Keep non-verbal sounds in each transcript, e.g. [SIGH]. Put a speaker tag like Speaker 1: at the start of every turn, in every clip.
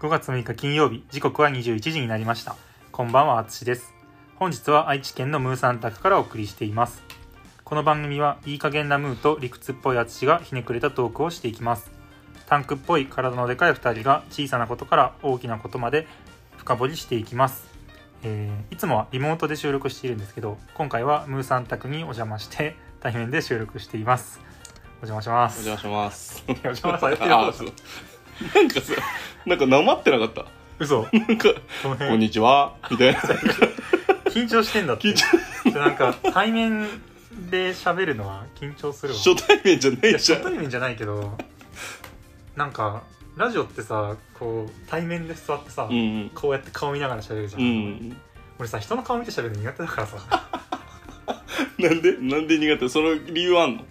Speaker 1: 5月6日金曜日時刻は21時になりましたこんばんはあつしです本日は愛知県のムーさん宅からお送りしていますこの番組はいい加減なムーと理屈っぽいあつしがひねくれたトークをしていきますタンクっぽい体のでかい2人が小さなことから大きなことまで深掘りしていきますえーいつもはリモートで収録しているんですけど今回はムーさん宅にお邪魔して対面で収録していますお邪魔します
Speaker 2: お邪魔します。
Speaker 1: お邪魔されてる
Speaker 2: あそうなんかさ、なんかなまってなかった。
Speaker 1: 嘘
Speaker 2: なんか、
Speaker 1: この
Speaker 2: こん
Speaker 1: 辺
Speaker 2: にちは、みたいな。
Speaker 1: 緊張してんだって
Speaker 2: 緊張
Speaker 1: なんか対面で喋るのは緊張するわ
Speaker 2: 初対面じゃない
Speaker 1: や
Speaker 2: じゃ
Speaker 1: 初
Speaker 2: ん。
Speaker 1: 対面じゃないけどなんかラジオってさこう対面で座ってさ、
Speaker 2: うん
Speaker 1: こうやって顔見ながら喋るじゃ、
Speaker 2: うんん。
Speaker 1: 俺さ人の顔見て喋るの苦手だからさ [LAUGHS]
Speaker 2: なんでなんで苦手その理由あんの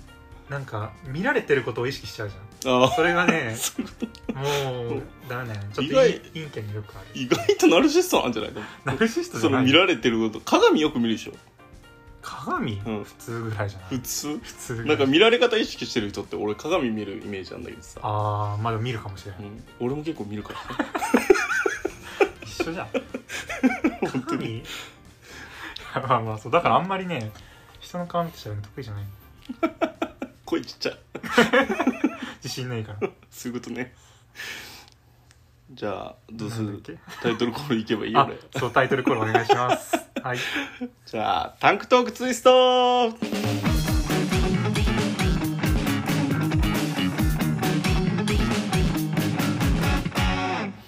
Speaker 1: なんか見られてることを意識しちゃうじゃん
Speaker 2: あ
Speaker 1: それがね
Speaker 2: [LAUGHS] そういうこと
Speaker 1: もうダメだよねちょっ
Speaker 2: 意
Speaker 1: と
Speaker 2: 外
Speaker 1: い陰キャによくある
Speaker 2: 意外とナルシストなんじゃないの
Speaker 1: ナルシストじ
Speaker 2: そ
Speaker 1: ゃな
Speaker 2: の
Speaker 1: い
Speaker 2: 見られてること。鏡よく見るでしょ
Speaker 1: 鏡、
Speaker 2: うん
Speaker 1: 普通ぐらいじゃない
Speaker 2: 普通
Speaker 1: 普通ぐら
Speaker 2: ないんか見られ方意識してる人って俺鏡見るイメージなんだけどさ。
Speaker 1: ああまだ見るかもしれない、
Speaker 2: うん俺も結構見るから。
Speaker 1: [LAUGHS] 一緒じゃん
Speaker 2: [LAUGHS] 本当に。
Speaker 1: いやまあまあそうだからあんまりね人の顔見て喋るの得意じゃない
Speaker 2: 声ちっちゃい。
Speaker 1: 自信ないから
Speaker 2: そういうことね。じゃあ、どうす
Speaker 1: なんだっ
Speaker 2: る
Speaker 1: け
Speaker 2: タイトルコールいけばいいよ
Speaker 1: あ
Speaker 2: ね。
Speaker 1: そうタイトルコールお願いし
Speaker 2: [LAUGHS]
Speaker 1: ますはい
Speaker 2: じゃあ、タンクトークツイスト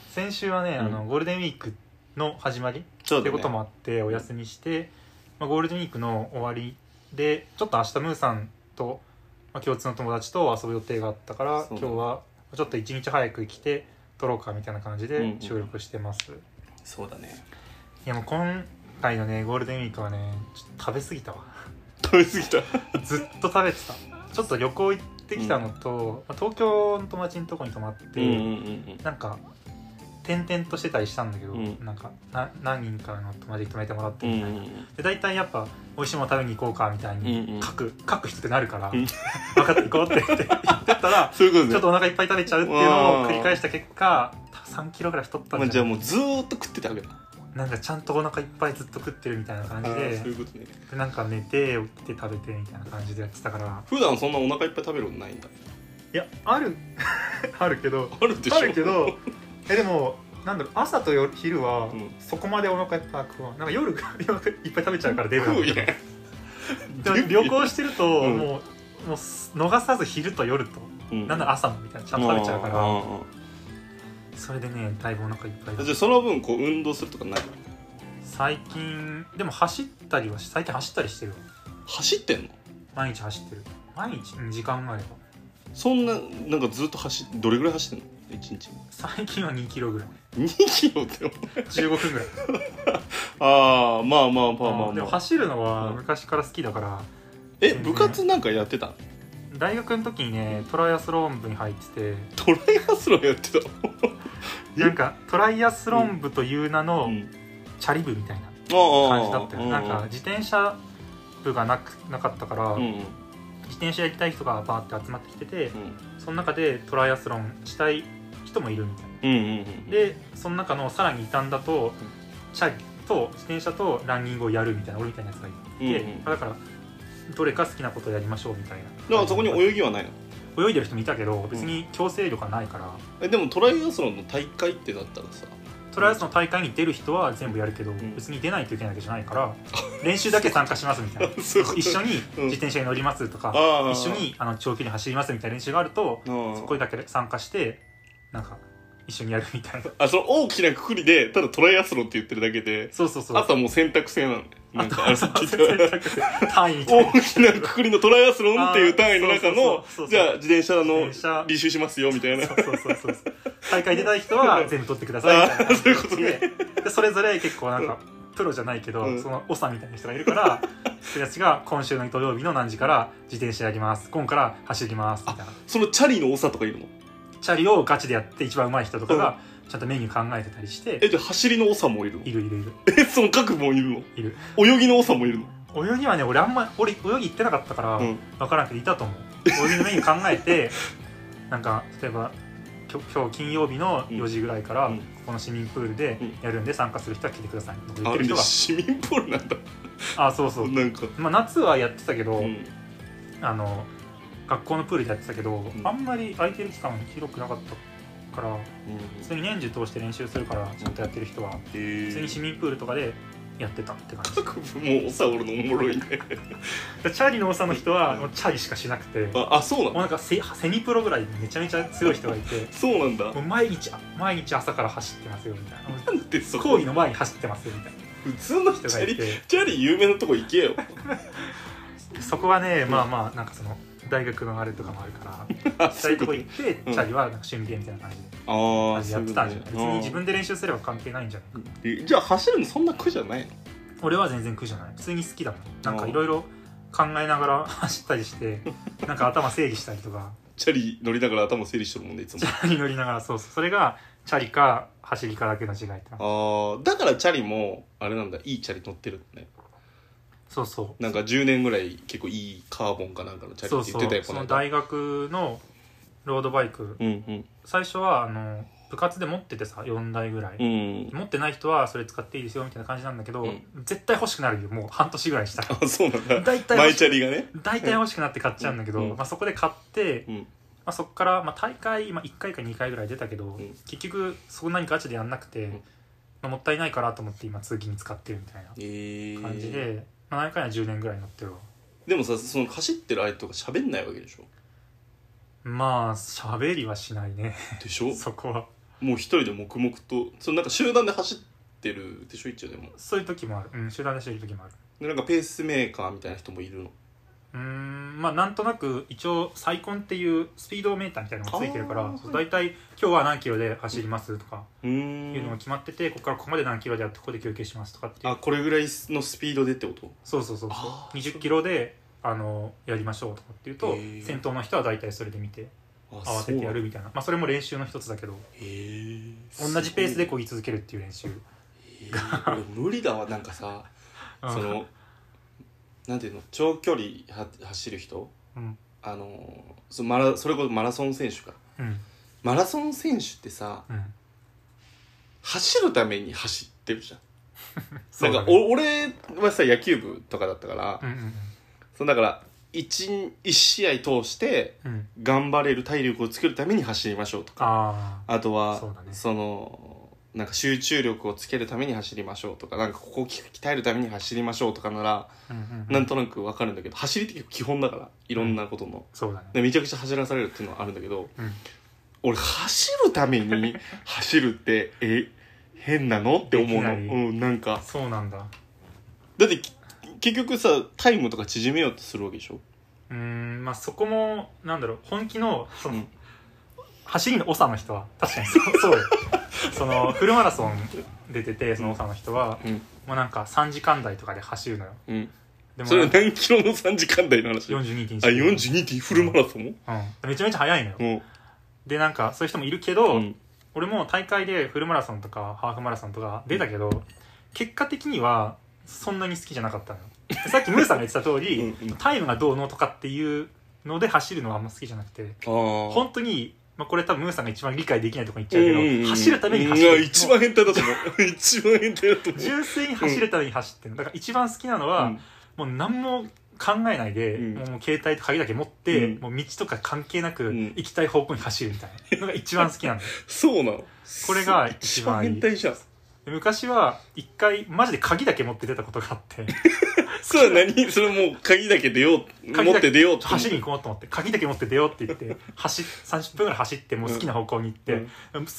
Speaker 1: 先週はね、あのゴールデンウィークの始まりっ
Speaker 2: そうだ
Speaker 1: て
Speaker 2: ね
Speaker 1: こともあってお休みして、まあ、ゴールデンウィークの終わりでちょっと明日ムーさんと、まあ、共通の友達と遊ぶ予定があったから
Speaker 2: そ
Speaker 1: 今
Speaker 2: うだね
Speaker 1: 日はちょっと一日早く来て撮ろうかみたいな感じ
Speaker 2: うん
Speaker 1: で
Speaker 2: うん
Speaker 1: 収録してます、い
Speaker 2: そうだね。
Speaker 1: やもう今回のねゴールデンウィークはねちょっと食べ過ぎたわ [LAUGHS]
Speaker 2: 食べ過ぎた。
Speaker 1: ずっと食べてたちょっと旅行行ってきたのと、まあ東京の友達のとこに泊まって、
Speaker 2: うんうん
Speaker 1: なんか転々としてたりしたんだけど、
Speaker 2: うん
Speaker 1: なんかな何人かの友達に泊めてもらって
Speaker 2: うん。うん
Speaker 1: み
Speaker 2: う
Speaker 1: たいな、
Speaker 2: ん
Speaker 1: で大体やっぱ美味しいもの食べに行こうかみたいに、
Speaker 2: うんうん
Speaker 1: 書く [LAUGHS] 書く人ってなるから、
Speaker 2: うん
Speaker 1: 分かって行こうって言って [LAUGHS] 言ってたら
Speaker 2: そういうことね。
Speaker 1: ちょっとお腹いっぱい食べちゃうっていうのを繰り返した結果3キロぐらい太った
Speaker 2: まあ、
Speaker 1: ん
Speaker 2: じ
Speaker 1: じ
Speaker 2: ゃ
Speaker 1: ゃ
Speaker 2: あ
Speaker 1: ない
Speaker 2: もうずーっと食ってたわけだ。
Speaker 1: なんかちゃんとお腹いっぱいずっと食ってるみたいな感じ
Speaker 2: あーそうい
Speaker 1: で
Speaker 2: うことね。
Speaker 1: でなんか寝て起きて食べてみたいな感じでやってたから
Speaker 2: 普段そんなお腹いっぱい食べることないんだ。
Speaker 1: いやある [LAUGHS] あるけど
Speaker 2: あるでしょ
Speaker 1: あるけどえでもなんだろう朝と夜昼は
Speaker 2: うん
Speaker 1: そこまでお腹いっぱい食わんなんか夜夜いっぱい食べちゃうからデブなん
Speaker 2: 食
Speaker 1: だ
Speaker 2: うやん。
Speaker 1: けどでも旅行してるともう
Speaker 2: うん、
Speaker 1: もう逃さず昼と夜と、
Speaker 2: うん
Speaker 1: なんなら朝もみたいなちゃんと食べちゃうか
Speaker 2: あ
Speaker 1: ら
Speaker 2: ーあ
Speaker 1: それでねだいぶお腹いっぱい
Speaker 2: ー
Speaker 1: だ
Speaker 2: じゃあその分こう運動するとかない
Speaker 1: 最近でも走ったりはし最近走ったりしてるわ
Speaker 2: 走ってんの
Speaker 1: 毎日走ってる毎日2時間ぐらいは
Speaker 2: そんな、なんかずっと走っどれぐらい走ってんの一日に。
Speaker 1: 最近は2キロぐらい
Speaker 2: 2キロって。
Speaker 1: 15分ぐらい
Speaker 2: ああ、まあまあまあま
Speaker 1: でも
Speaker 2: あまあ。
Speaker 1: 走るのは
Speaker 2: うん
Speaker 1: 昔から好きだから、
Speaker 2: え、部活なんかやってたの
Speaker 1: 大学の時にねトライアスロン部に入って
Speaker 2: トライアスロンやってた
Speaker 1: てなんかトライアスロン部という名の
Speaker 2: うん
Speaker 1: チャリ部みたいな感
Speaker 2: 感
Speaker 1: じだったよ、なんか自転車部がなくなかったから、
Speaker 2: うんうん
Speaker 1: 自転車やりたい人がバーって集まってきてて
Speaker 2: うん
Speaker 1: その中でトライアスロンしたい人もいるみたい
Speaker 2: うんうんうん
Speaker 1: なでその中のさらに異端だとチャリと自転車とランニングをやるみたいな俺みたいなやつがいて、
Speaker 2: うんうん
Speaker 1: だからどれか好きなことをやりましょうみたいな
Speaker 2: だからそこに泳ぎはないの
Speaker 1: 泳いでる人もいたけど別に強制力はないから、
Speaker 2: えでもトライアスロンの大会ってなったらさ
Speaker 1: とりあえずの大会に出る人は全部やるけど、
Speaker 2: ん
Speaker 1: 別に出ないといけないわけじゃない
Speaker 2: [LAUGHS]
Speaker 1: から練習だけ参加しますみたいな
Speaker 2: そういうこと
Speaker 1: 一緒に
Speaker 2: うん
Speaker 1: 自転車に乗りますとか、
Speaker 2: ああ
Speaker 1: 一緒にあの長距離走りますみたいな練習があると、
Speaker 2: ああ
Speaker 1: そこだけ参加してなんか一緒にやるみたいな
Speaker 2: あその大きなくくりでただトライアスロンって言ってるだけで
Speaker 1: そうそうそう
Speaker 2: あとはもう選択制なのなんかあれさっき
Speaker 1: 全
Speaker 2: 言
Speaker 1: 然
Speaker 2: った
Speaker 1: 全然単位みたいな
Speaker 2: 大きなくくりのトライアスロンっていう単位の中
Speaker 1: あー
Speaker 2: の
Speaker 1: そうそうそうそう
Speaker 2: じゃあ自転車の
Speaker 1: 自転車
Speaker 2: 履修しますよみたいな
Speaker 1: そうそうそうそう大会出たい人は全部取ってくださいみたいな感じ
Speaker 2: ああそういう
Speaker 1: ででそれぞれ結構なんかプロじゃないけど、
Speaker 2: うん
Speaker 1: その長みたいな人がいるからそやつが今週の土曜日の何時から自転車やります今から走りますみたいな
Speaker 2: そのチャリの多さとかいるの
Speaker 1: チャリをガチでやって一番上手い人とかがちゃんとメニュー考えてたりして
Speaker 2: えじゃあ走りの多さもいるの
Speaker 1: いるいるいる
Speaker 2: えその各部もいるの
Speaker 1: いる
Speaker 2: 泳ぎの多さもいるの
Speaker 1: 泳ぎはね俺あんま俺泳ぎ行ってなかったから
Speaker 2: うん
Speaker 1: 分からんけどいたと思う泳ぎのメニュー考えてなんか例えばきょ今日金曜日の4時ぐらいから、
Speaker 2: うん
Speaker 1: ここの市民プールでやるんで参加する人は来てくださいとか言
Speaker 2: あ
Speaker 1: ってる人
Speaker 2: れね
Speaker 1: が
Speaker 2: 市民プールなんだ
Speaker 1: あそうそう、
Speaker 2: なんか
Speaker 1: まあ、夏はやってたけど、
Speaker 2: うん
Speaker 1: あの学校のプールでやってたけど、
Speaker 2: ん
Speaker 1: あんまり空いてる期間広くなかったから普通に年中通して練習するからちゃんとやってる人は
Speaker 2: え
Speaker 1: 普通に市
Speaker 2: ー
Speaker 1: 民プールとかでやってたって感じ
Speaker 2: 各部もおさおるのおもろいね
Speaker 1: で [LAUGHS] チャリの多さの人は
Speaker 2: うん
Speaker 1: もうチャリしかしなくても
Speaker 2: ああそ
Speaker 1: う
Speaker 2: うなん
Speaker 1: なんかセセミプロぐらいめちゃめちゃ強い人がいて
Speaker 2: そうなんだ
Speaker 1: もう毎日毎日朝から走ってますよみたいなも [LAUGHS] う
Speaker 2: なんでそ
Speaker 1: 講
Speaker 2: こ
Speaker 1: 義の前に走ってますよみたいな
Speaker 2: 普通の人
Speaker 1: 人
Speaker 2: チ
Speaker 1: が
Speaker 2: ャ
Speaker 1: い
Speaker 2: リ
Speaker 1: て
Speaker 2: チャリ有名なとこ行けよ
Speaker 1: そこはね
Speaker 2: うん
Speaker 1: まあまあなんかその大学のあれとかもあるから
Speaker 2: あ
Speaker 1: [LAUGHS] そういうとこ行ってチ
Speaker 2: うん
Speaker 1: ャリはなんか趣味でみたいな感じで
Speaker 2: [LAUGHS] あ
Speaker 1: 感
Speaker 2: ー
Speaker 1: じでやってたんじゃない別に自
Speaker 2: そういうこ
Speaker 1: 分で練習すれば関係ないんじゃない
Speaker 2: とねあーえじゃあ走るのそんな苦じゃないの
Speaker 1: 俺は全然苦じゃない普通に好きだもんなんかいろいろ考えながら [LAUGHS] 走ったりしてなんか頭整理したりとか
Speaker 2: チャリ乗りながら頭整理してるもんねいつも
Speaker 1: チャリ乗りながらそうそうそれがチャリか走りかだけの違いってな
Speaker 2: ああだからチャリもあれなんだいいチャリ乗ってるね
Speaker 1: そうそう
Speaker 2: なんか10年ぐらい結構いいカーボンかなんかのチャリ
Speaker 1: そう
Speaker 2: って言
Speaker 1: そ
Speaker 2: ってたよ
Speaker 1: うその大学のロードバイク
Speaker 2: うん
Speaker 1: 最初はあの部活で持っててさ4台ぐらい、
Speaker 2: うんうん
Speaker 1: 持ってない人はそれ使っていいですよみたいな感じなんだけど、
Speaker 2: うん
Speaker 1: 絶対欲しくなるよもう半年ぐらいしたら
Speaker 2: あそうなんだ
Speaker 1: 大体
Speaker 2: マ
Speaker 1: 欲
Speaker 2: イチャ
Speaker 1: し
Speaker 2: リがね
Speaker 1: 大体欲しくなって買っちゃうんだけど、
Speaker 2: うん
Speaker 1: まあ、そこで買って、
Speaker 2: うん
Speaker 1: まあ、そこから、まあ、大会、まあ、1回か2回ぐらい出たけど、
Speaker 2: ん
Speaker 1: 結局そんなにガチでやんなくて、
Speaker 2: ん
Speaker 1: まあもったいないからと思って今通勤に使ってるみたい
Speaker 2: えー
Speaker 1: な感じで、まあ、何回か10年ぐらい乗ってるわ
Speaker 2: でもさその走ってる相手とか喋んないわけでしょ
Speaker 1: まあ喋りはしないね
Speaker 2: でしょ
Speaker 1: そこは
Speaker 2: もう一人で黙々とそのなんか集団で走ってるでしょ一応でも
Speaker 1: そういう時もある、うん、集団でしてる時もある
Speaker 2: でなんかペースメーカーみたいな人もいるの
Speaker 1: うーんまあなんとなく一応サイコンっていうスピードメーターみたいなのがついてるか
Speaker 2: あ
Speaker 1: ら
Speaker 2: ー
Speaker 1: そう大体今日は何キロで走りますとか
Speaker 2: うーん
Speaker 1: いうのが決まっててここからここまで何キロでやってここで休憩しますとかっていう
Speaker 2: あこれぐらいのスピードでってこと
Speaker 1: そうそうそう
Speaker 2: あー
Speaker 1: 2 0キロであのやりましょうとかっていうと
Speaker 2: へー
Speaker 1: 先頭の人は大体それで見て
Speaker 2: あ
Speaker 1: 慌ててやるみたいなまあそれも練習の一つだけど
Speaker 2: そうへー
Speaker 1: 同じペースですこ
Speaker 2: ご
Speaker 1: ぎ続けるっていう練習
Speaker 2: いへー俺無理だわなんかさ
Speaker 1: うん
Speaker 2: そのなんていうの長距離は走る人
Speaker 1: うん
Speaker 2: あのーそマラそれこそマラソン選手か
Speaker 1: うん
Speaker 2: マラソン選手ってさ
Speaker 1: うん
Speaker 2: 走るために走ってるじゃん、
Speaker 1: [LAUGHS] そう
Speaker 2: な
Speaker 1: だ
Speaker 2: んか
Speaker 1: ね
Speaker 2: お俺はさ野球部とかだったから、
Speaker 1: うんうん
Speaker 2: そのだから一一試合通して
Speaker 1: うんうん
Speaker 2: 頑張れる体力を作るために走りましょうとか
Speaker 1: ああ
Speaker 2: あとは
Speaker 1: そうだね
Speaker 2: のなんか集中力をつけるために走りましょうとかなんかここを鍛えるために走りましょうとかなら、
Speaker 1: うんうんう
Speaker 2: なんとなくわかるんだけど走りって結構基本だからいろんなことの、
Speaker 1: そうだね
Speaker 2: でめちゃくちゃ走らされるっていうのはあるんだけど
Speaker 1: うん
Speaker 2: 俺走るために走るってえ変なのって思うの
Speaker 1: でき
Speaker 2: う
Speaker 1: ない
Speaker 2: んなんか
Speaker 1: そうなんだ
Speaker 2: だってき結局さタイムとか縮めようとするわけでしょ
Speaker 1: うーんまあそこもなんだろう本気のその、
Speaker 2: うん
Speaker 1: 走りの長の人は確かに
Speaker 2: [LAUGHS]
Speaker 1: そうそうよそのフルマラソン出ててその長の人は、
Speaker 2: うん
Speaker 1: もうなんか3時間台とかで走るのよ
Speaker 2: うん
Speaker 1: でも
Speaker 2: それは何キロの3時間台の話あ
Speaker 1: 42.1
Speaker 2: 42ってフルマラソンも
Speaker 1: うん、めちゃめちゃ速いのよ、
Speaker 2: も
Speaker 1: でなんかそういう人もいるけど、
Speaker 2: う、うん、
Speaker 1: 俺も大会でフルマラソンとかハーフマラソンとか出たけど結果的にはそんなに好きじゃなかったのよでさっきムーさんが言ってた通り
Speaker 2: うんうん
Speaker 1: タイムがどうのとかっていうので走るのはあんま好きじゃなくて
Speaker 2: あー
Speaker 1: 本当に、まあ、これ多分ムーさんが一番理解できないところに行っちゃうけど、
Speaker 2: うんうんうん
Speaker 1: 走るために走
Speaker 2: う
Speaker 1: る
Speaker 2: ん一番変態だと思う [LAUGHS] 一番変態だと思う
Speaker 1: 純粋に走るために走ってるだから一番好きなのは、
Speaker 2: うん
Speaker 1: もう何も考えないで、
Speaker 2: うん
Speaker 1: もう携帯と鍵だけ持って、
Speaker 2: うん
Speaker 1: もう道とか関係なく、
Speaker 2: ん
Speaker 1: 行きたい方向に走るみたいなのが一番好きなんだよ
Speaker 2: そうなの
Speaker 1: これが一
Speaker 2: 一
Speaker 1: 番
Speaker 2: 番
Speaker 1: いい
Speaker 2: 変態じゃん
Speaker 1: で昔は一回マジで鍵だけ持って出たことがあって
Speaker 2: それは何それもう鍵だけ出よう
Speaker 1: 鍵
Speaker 2: 持
Speaker 1: だ
Speaker 2: っ
Speaker 1: け
Speaker 2: て出ようって
Speaker 1: 走りに行こうと思って鍵だけ持って出ようって言って走っ30分ぐらい走ってもう好きな方向に行って、
Speaker 2: うん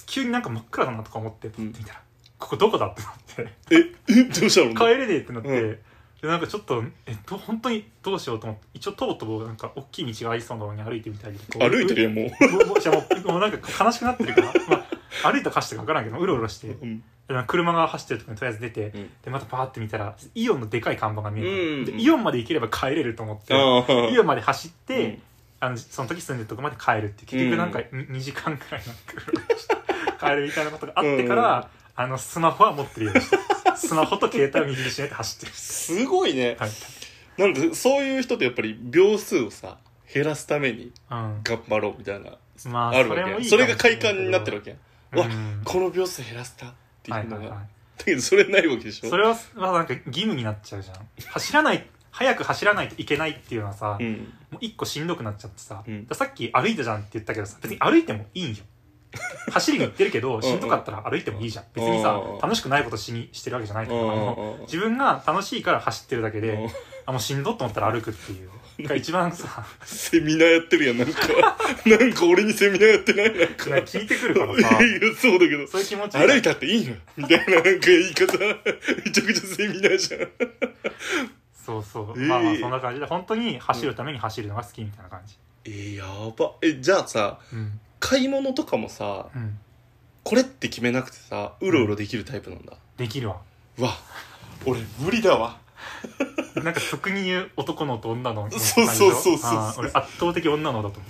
Speaker 1: 急になんか真っ暗だなとか思ってパ
Speaker 2: ん
Speaker 1: ッて見たら、ここどこだってなって
Speaker 2: ええどうしたの
Speaker 1: 帰れねえってなって、
Speaker 2: うん
Speaker 1: でなんかちょっとえど本当にどうしようと思って一応とぼとぼなんか大きい道がありそうなのに歩いてみたりこう
Speaker 2: 歩いてるやんもう
Speaker 1: もうもうじゃあもうもうなんか悲しくなってるから、まあ、歩いたかしてか分からんけどうろうろしてで
Speaker 2: うん
Speaker 1: なんか車が走ってるとこにとりあえず出て、
Speaker 2: うん
Speaker 1: でまたパーって見たらイオンのでかい看板が見える、
Speaker 2: うん
Speaker 1: でイオンまで行ければ帰れると思って、
Speaker 2: ああ
Speaker 1: イオンまで走って、
Speaker 2: うん
Speaker 1: あのその時住んでるとこまで帰るっていう結局なんか2時間くらいなんかうろうろして帰るみたいなことがあってから、
Speaker 2: うん
Speaker 1: あのスマホは持ってるようにしたスマホと携帯を握りしめて走ってる
Speaker 2: すごいね
Speaker 1: はい、
Speaker 2: なんかそういう人ってやっぱり秒数をさ減らすために
Speaker 1: うん、
Speaker 2: 頑張ろうみたいな
Speaker 1: まあ
Speaker 2: あるわけ
Speaker 1: それもいい
Speaker 2: それが快感になってるわ
Speaker 1: け
Speaker 2: けや
Speaker 1: ど
Speaker 2: わ
Speaker 1: うん
Speaker 2: この秒数減らせたってい
Speaker 1: は
Speaker 2: う
Speaker 1: い
Speaker 2: の
Speaker 1: は
Speaker 2: が、
Speaker 1: いはい
Speaker 2: だけどそれないわけでしょ
Speaker 1: それはまあなんか義務になっちゃうじゃん走らない早く走らないといけないっていうのはさ、
Speaker 2: うん
Speaker 1: もう一個しんどくなっちゃってさ、
Speaker 2: うん
Speaker 1: だからさっき歩いたじゃんって言ったけどさ別に歩いてもいいんよ走りに行ってるけど
Speaker 2: ん
Speaker 1: しんどかったら歩いてもいいじゃん別にさ
Speaker 2: うん
Speaker 1: 楽しくないことしにしてるわけじゃないと思うあの
Speaker 2: うん
Speaker 1: 自分が楽しいから走ってるだけ
Speaker 2: う
Speaker 1: で
Speaker 2: ん
Speaker 1: あもうしんどっと思ったら歩くっていうが一番さ
Speaker 2: セミナーやってるやんなんか
Speaker 1: [LAUGHS]
Speaker 2: なんか俺にセミナーやってないなんか
Speaker 1: なんか聞いてくるから
Speaker 2: [LAUGHS] い
Speaker 1: さ
Speaker 2: やいやそうだけど
Speaker 1: そういう気持ち
Speaker 2: 歩いたっていいのよみたいななんか言い方めちゃくちゃセミナーじゃん
Speaker 1: そうそう、
Speaker 2: ええ
Speaker 1: まあまあそんな感じで本当に走るために走るのが好きみたいな感じ
Speaker 2: えーやばえじゃあさ
Speaker 1: うん
Speaker 2: 買い物とかもさ
Speaker 1: うん
Speaker 2: これって決めなくてさうろうろできるタイプなんだ、
Speaker 1: できるわ
Speaker 2: うわ俺無理だわ
Speaker 1: なんか俗に言う男のと女のの感じ
Speaker 2: そうそうそうそうそう
Speaker 1: あー俺圧倒的女のだと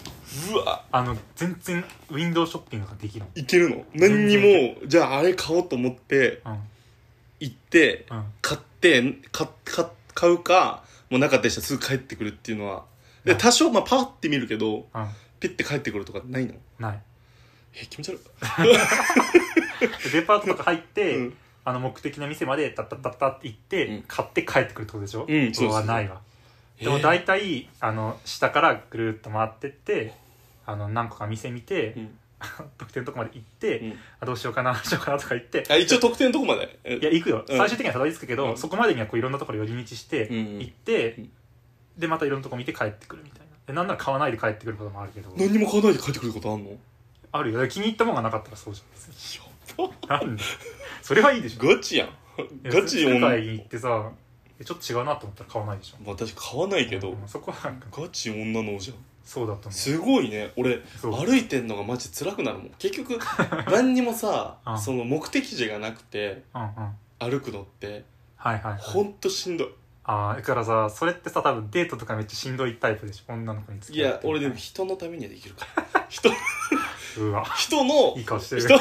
Speaker 1: 思う
Speaker 2: うわ
Speaker 1: あの全然ウィンドウショッピングができる
Speaker 2: いけるの何に
Speaker 1: 全
Speaker 2: もじゃああれ買おうと思って
Speaker 1: うん
Speaker 2: 行って
Speaker 1: うん
Speaker 2: 買ってかか買うかもうなかったりしたらすぐ帰ってくるっていうのはで
Speaker 1: うん
Speaker 2: 多少まあパーって見るけど
Speaker 1: うん
Speaker 2: ピッて帰ってくるとかないの
Speaker 1: ない
Speaker 2: え気持ち悪い
Speaker 1: でデパートとか入って、
Speaker 2: うん
Speaker 1: あの目的の店までタッタッタッタッって行って、
Speaker 2: うん
Speaker 1: 買って帰ってくるってことでしょ、
Speaker 2: うんそうそうそう
Speaker 1: はないわでも
Speaker 2: えー
Speaker 1: 大体あの下からぐるーっと回ってってあの何個か店見て、
Speaker 2: うん
Speaker 1: 特典のとこまで行って、
Speaker 2: うん
Speaker 1: あどうしようかなどうしようかなとか言って
Speaker 2: あ一応特典のとこまで
Speaker 1: いや行くよ
Speaker 2: うん
Speaker 1: 最終的にはたどり着くけど、
Speaker 2: うん
Speaker 1: そこまでにはこういろんなところ寄り道して、
Speaker 2: うんうん
Speaker 1: 行って、
Speaker 2: うん
Speaker 1: でまたいろんなとこ見て帰ってくるみたいなでなんなら買わないで帰ってくることもあるけど
Speaker 2: 何にも買わないで帰ってくることあんのや
Speaker 1: あるよだから気に入ったもんがなかったらそうじ
Speaker 2: ば
Speaker 1: ゃんなんでそれはいいでしょ
Speaker 2: ガチやんガチ
Speaker 1: 世
Speaker 2: 女
Speaker 1: 界に行ってさえちょっと違うなと思ったら買わないでしょ
Speaker 2: 私買わないけど
Speaker 1: うんそこはなんか
Speaker 2: ガチ女のじゃん
Speaker 1: そうだと思
Speaker 2: すごいね俺
Speaker 1: うそう
Speaker 2: 歩いてんのがマジ辛くなるもん結
Speaker 1: [LAUGHS]
Speaker 2: 局何にもさ
Speaker 1: うん
Speaker 2: その目的地がなくて
Speaker 1: うんうんはい
Speaker 2: 歩くのって
Speaker 1: はい、はい、
Speaker 2: ほんとしんどい
Speaker 1: ああだからさそれってさ多分デートとかめっちゃしんどいタイプでしょ女の子に付
Speaker 2: い
Speaker 1: き合
Speaker 2: や
Speaker 1: って
Speaker 2: 俺でも人のためにはできるから [LAUGHS] 人
Speaker 1: うわ
Speaker 2: 人の
Speaker 1: いい顔してる
Speaker 2: [LAUGHS] 人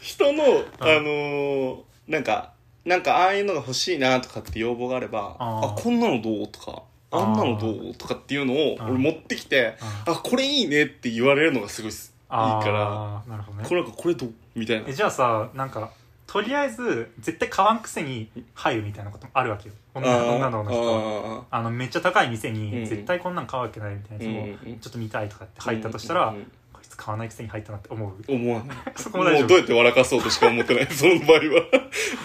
Speaker 2: 人のあのーなんかなんかああいうのが欲しいなとかって要望があれば
Speaker 1: あー
Speaker 2: あこんなのどうとかあんなのどうとかっていうのを
Speaker 1: あー
Speaker 2: 俺持ってきて
Speaker 1: うん
Speaker 2: あこれいいねって言われるのがすごいっす
Speaker 1: あー
Speaker 2: いいか
Speaker 1: なるほどね
Speaker 2: これなんかこれどうみたいな
Speaker 1: えじゃあさなんかとりあえず絶対買わんくせに入るみたいなこともあるわけよ女の女の子の人は
Speaker 2: 人
Speaker 1: あのめっちゃ高い店
Speaker 2: うん
Speaker 1: に絶対こんなん買うわけないみたいなやつを、ちょっと見たいとかって入ったとしたら、こいつ買わないくせに入ったなって思う
Speaker 2: 思わない
Speaker 1: そこも大丈
Speaker 2: もうど
Speaker 1: 夫
Speaker 2: うやって笑かそうとしか思ってない [LAUGHS] その場合は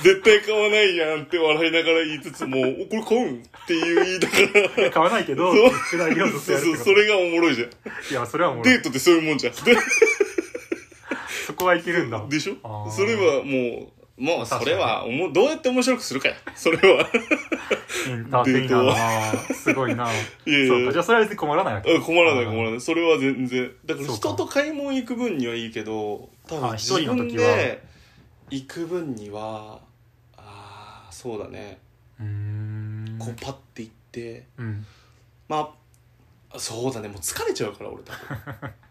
Speaker 2: 絶対買わないやんって笑いながら言いつつもおこれ買うんっていう言いながら
Speaker 1: 買わないけど
Speaker 2: そう
Speaker 1: くらいようとす
Speaker 2: そう
Speaker 1: る
Speaker 2: そうそれがおもろいじゃん
Speaker 1: いやそれはもう
Speaker 2: デートってそういうもんじゃん
Speaker 1: [LAUGHS]
Speaker 2: で
Speaker 1: そこはいけるんだ
Speaker 2: でし
Speaker 1: あ
Speaker 2: ょ
Speaker 1: ー
Speaker 2: それはもうもう
Speaker 1: 確か
Speaker 2: そ
Speaker 1: に
Speaker 2: れはおもどうやって面白くするかやそれ
Speaker 1: [LAUGHS]
Speaker 2: は
Speaker 1: エンターテイナーだなすごいない
Speaker 2: やいや
Speaker 1: そうかじゃあそれは別に困らないわけ
Speaker 2: うん困らない
Speaker 1: あー
Speaker 2: 困らないそれは全然だから
Speaker 1: そうか
Speaker 2: 人と買い物行く分にはいいけど多
Speaker 1: あ
Speaker 2: 分
Speaker 1: 一
Speaker 2: 自
Speaker 1: 人の
Speaker 2: 分
Speaker 1: 時は
Speaker 2: で行く分にはああそうだね
Speaker 1: うーん
Speaker 2: こうパッて行って
Speaker 1: うん
Speaker 2: まあそうだねもう疲れちゃうから俺多分
Speaker 1: [LAUGHS]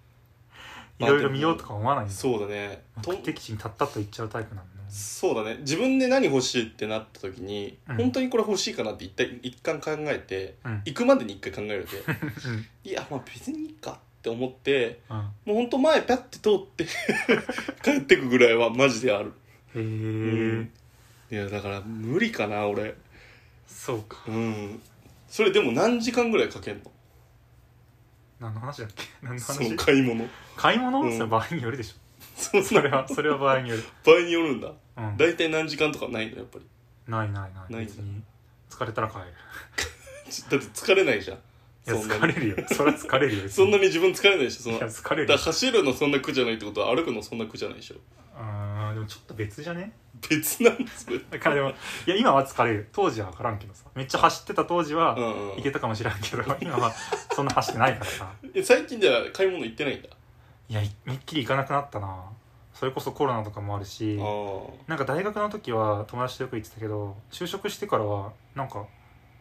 Speaker 1: いろいろ見ようとか思わないんだ
Speaker 2: そうだねと
Speaker 1: 目的地にたったと行っちゃうタイプなんだね
Speaker 2: そうだね自分で何欲しいってなった時に、
Speaker 1: うん
Speaker 2: 本当にこれ欲しいかなって一旦一貫考えて
Speaker 1: うん
Speaker 2: 行くまでに一回考える
Speaker 1: [LAUGHS]
Speaker 2: で
Speaker 1: うん
Speaker 2: いやまあ別にいいかって思って
Speaker 1: うん
Speaker 2: もう本当前パッて通って [LAUGHS] 帰ってくぐらいはマジである
Speaker 1: へえ、
Speaker 2: うんいやだから無理かな俺
Speaker 1: そうか
Speaker 2: うんそれでも何時間ぐらいかけんの
Speaker 1: 何の話だっけ何の
Speaker 2: そ
Speaker 1: 話
Speaker 2: の買い物
Speaker 1: 買い物、
Speaker 2: うん
Speaker 1: それは場合によるでし
Speaker 2: そ
Speaker 1: ょそれはそれは場合による、
Speaker 2: 場合によるんだ
Speaker 1: うん、
Speaker 2: 大体何時間とかないのやっぱり
Speaker 1: ないないない
Speaker 2: ない
Speaker 1: 別に疲れたら帰る
Speaker 2: ちだって疲れないじゃん
Speaker 1: いや
Speaker 2: そんなに
Speaker 1: 疲れるよそりゃ疲れるよ
Speaker 2: [LAUGHS] そんなに自分疲れないでしょそ
Speaker 1: い
Speaker 2: の
Speaker 1: や
Speaker 2: だか
Speaker 1: 疲れる
Speaker 2: ら
Speaker 1: よ
Speaker 2: 走るのそんな苦じゃないってことは歩くのそんな苦じゃないでしょ
Speaker 1: あーでもちょっと別じゃね
Speaker 2: 別なんですよ
Speaker 1: だからでもいや今は疲れる当時は分からんけどさめっちゃ走ってた当時
Speaker 2: う
Speaker 1: は
Speaker 2: ん、う
Speaker 1: い
Speaker 2: ん
Speaker 1: けたかもしれんけど [LAUGHS] 今はそんな走ってないからさ
Speaker 2: え、最近じゃあ買い物行ってないんだあ
Speaker 1: いやいめっきり行かなくなったなそれこそコロナとかもあるし
Speaker 2: あ
Speaker 1: なんか大学の時は友達とよく行ってたけど就職してからはなんか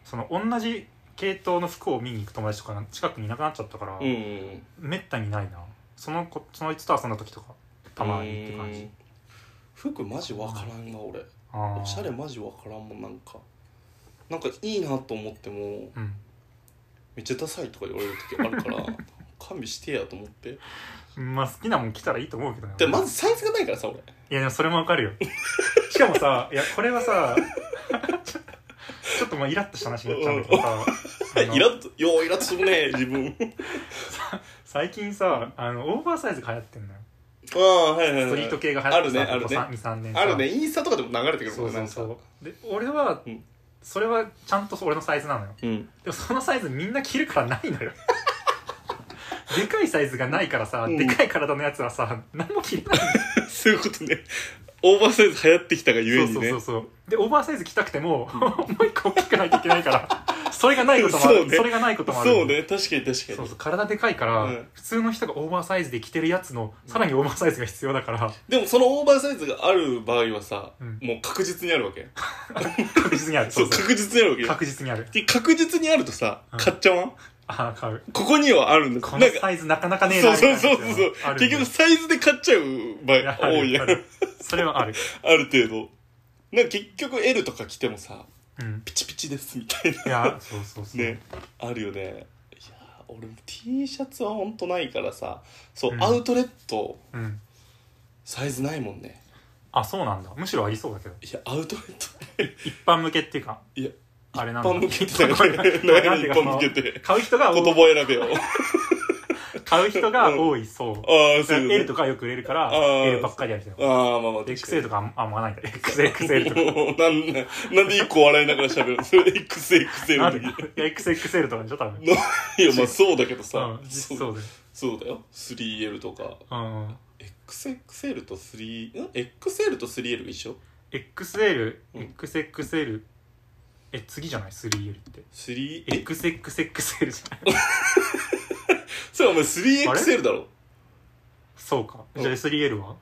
Speaker 1: その同じ系統の服を見に行く友達とかが近くにいなくなっちゃったから、
Speaker 2: うんうん
Speaker 1: めったにないなその子そのいつと遊んだ時とかたまにって感
Speaker 2: う
Speaker 1: じ
Speaker 2: ん服マジわからんな俺
Speaker 1: あー
Speaker 2: おしゃれマジわからんもんなんかなんかいいなと思っても
Speaker 1: うん [LAUGHS]
Speaker 2: めっちゃダサいとか言われる時あるからか勘弁してやと思って
Speaker 1: まあ好きなもん来たらいいと思うけどね
Speaker 2: でまずサイズがないからさ俺
Speaker 1: いやでもそれもわか
Speaker 2: [LAUGHS]
Speaker 1: るよしかもさいやこれはさちょっとまあイラッとした話になっちゃうんだけどさあの
Speaker 2: [LAUGHS] イラッとようイラッとするね自分
Speaker 1: 最近さあのオーバーサイズが流行ってんのよ
Speaker 2: ああはいはいはい
Speaker 1: ストリート系が流行ってさ
Speaker 2: あるねある
Speaker 1: 23年さ
Speaker 2: あるねインスタとかでも流れてくる
Speaker 1: そ
Speaker 2: も
Speaker 1: うん
Speaker 2: ね
Speaker 1: そうそうで俺は、
Speaker 2: うん
Speaker 1: それはちゃんと俺のサイズなのよ
Speaker 2: なんか
Speaker 1: でもそのサイズみんな着るからないのよ [LAUGHS] でかいサイズがないからさ、
Speaker 2: うん
Speaker 1: でかい体のやつはさ何も着れ
Speaker 2: [LAUGHS]
Speaker 1: ない
Speaker 2: うんそういうことねオーバーサイズ流行ってきたがゆえにね
Speaker 1: そうそうそうそうでオーバーサイズ着たくても、もう一個大きくないといけないから [LAUGHS] それがないこともある
Speaker 2: そ
Speaker 1: そ,、
Speaker 2: うね
Speaker 1: れがないこともある
Speaker 2: そうね確かに確かに
Speaker 1: そうそう体でかいから、
Speaker 2: うん
Speaker 1: 普通の人がオーバーサイズで着てるやつのさらにオーバーサイズが必要だから
Speaker 2: [LAUGHS] でもそのオーバーサイズがある場合はさ、
Speaker 1: うん
Speaker 2: もう確実にあるわけ
Speaker 1: 確実にある
Speaker 2: そう確実にあるわけよ
Speaker 1: 確実にある
Speaker 2: で確実にあるとさ、
Speaker 1: うん
Speaker 2: 買っちゃわん
Speaker 1: ああ買う
Speaker 2: ここにはあるんだ
Speaker 1: この
Speaker 2: なんか
Speaker 1: サイズなかなかねえ
Speaker 2: そう
Speaker 1: な
Speaker 2: そうそうそう
Speaker 1: みたいなのがあるん
Speaker 2: 結
Speaker 1: で
Speaker 2: 局サイズで買っちゃう場
Speaker 1: いや
Speaker 2: 合
Speaker 1: ある
Speaker 2: [LAUGHS] 多いやん
Speaker 1: あるそれはある
Speaker 2: ある程度なんか結局 L とか着てもさ
Speaker 1: うん
Speaker 2: ピチピチですみたい
Speaker 1: い
Speaker 2: な
Speaker 1: やそうそうそう、
Speaker 2: ねあるよねいやー俺も T シャツはほんとないからさそう、
Speaker 1: うん
Speaker 2: アウトレット
Speaker 1: うん
Speaker 2: サイズないもんね
Speaker 1: あそうなんだむしろありそうだけど
Speaker 2: いやアウトレット
Speaker 1: 一般向けっていうか
Speaker 2: いや
Speaker 1: あれなんだ
Speaker 2: 一般向けって
Speaker 1: 一
Speaker 2: だからね
Speaker 1: [LAUGHS] な
Speaker 2: 何
Speaker 1: んてい
Speaker 2: 一
Speaker 1: うか
Speaker 2: 般向けて
Speaker 1: 買う人が
Speaker 2: 言葉選べよ
Speaker 1: 買う人が多いそう
Speaker 2: ああそういうことね
Speaker 1: L とかよく売れるから
Speaker 2: あー
Speaker 1: L ばっかりやるけど
Speaker 2: ああまあまあ
Speaker 1: XL とかあんあんまないんだ XXL とか
Speaker 2: もう [LAUGHS] なんななんで一個笑いながら喋るのそれ XXL
Speaker 1: な
Speaker 2: の
Speaker 1: ん
Speaker 2: 時
Speaker 1: でいや XXL とかでしょ多分
Speaker 2: のいやまあそうだけどさ、
Speaker 1: うん
Speaker 2: そ
Speaker 1: そううだよ
Speaker 2: そうだよ 3L とか
Speaker 1: うん
Speaker 2: XXL と 3… ん XL と 3L が一緒
Speaker 1: XL
Speaker 2: うん
Speaker 1: XXL え次じゃない 3L って
Speaker 2: ?3… え
Speaker 1: XXXL じゃない
Speaker 2: それお前 3XL だろ
Speaker 1: そうかじゃあ 3L は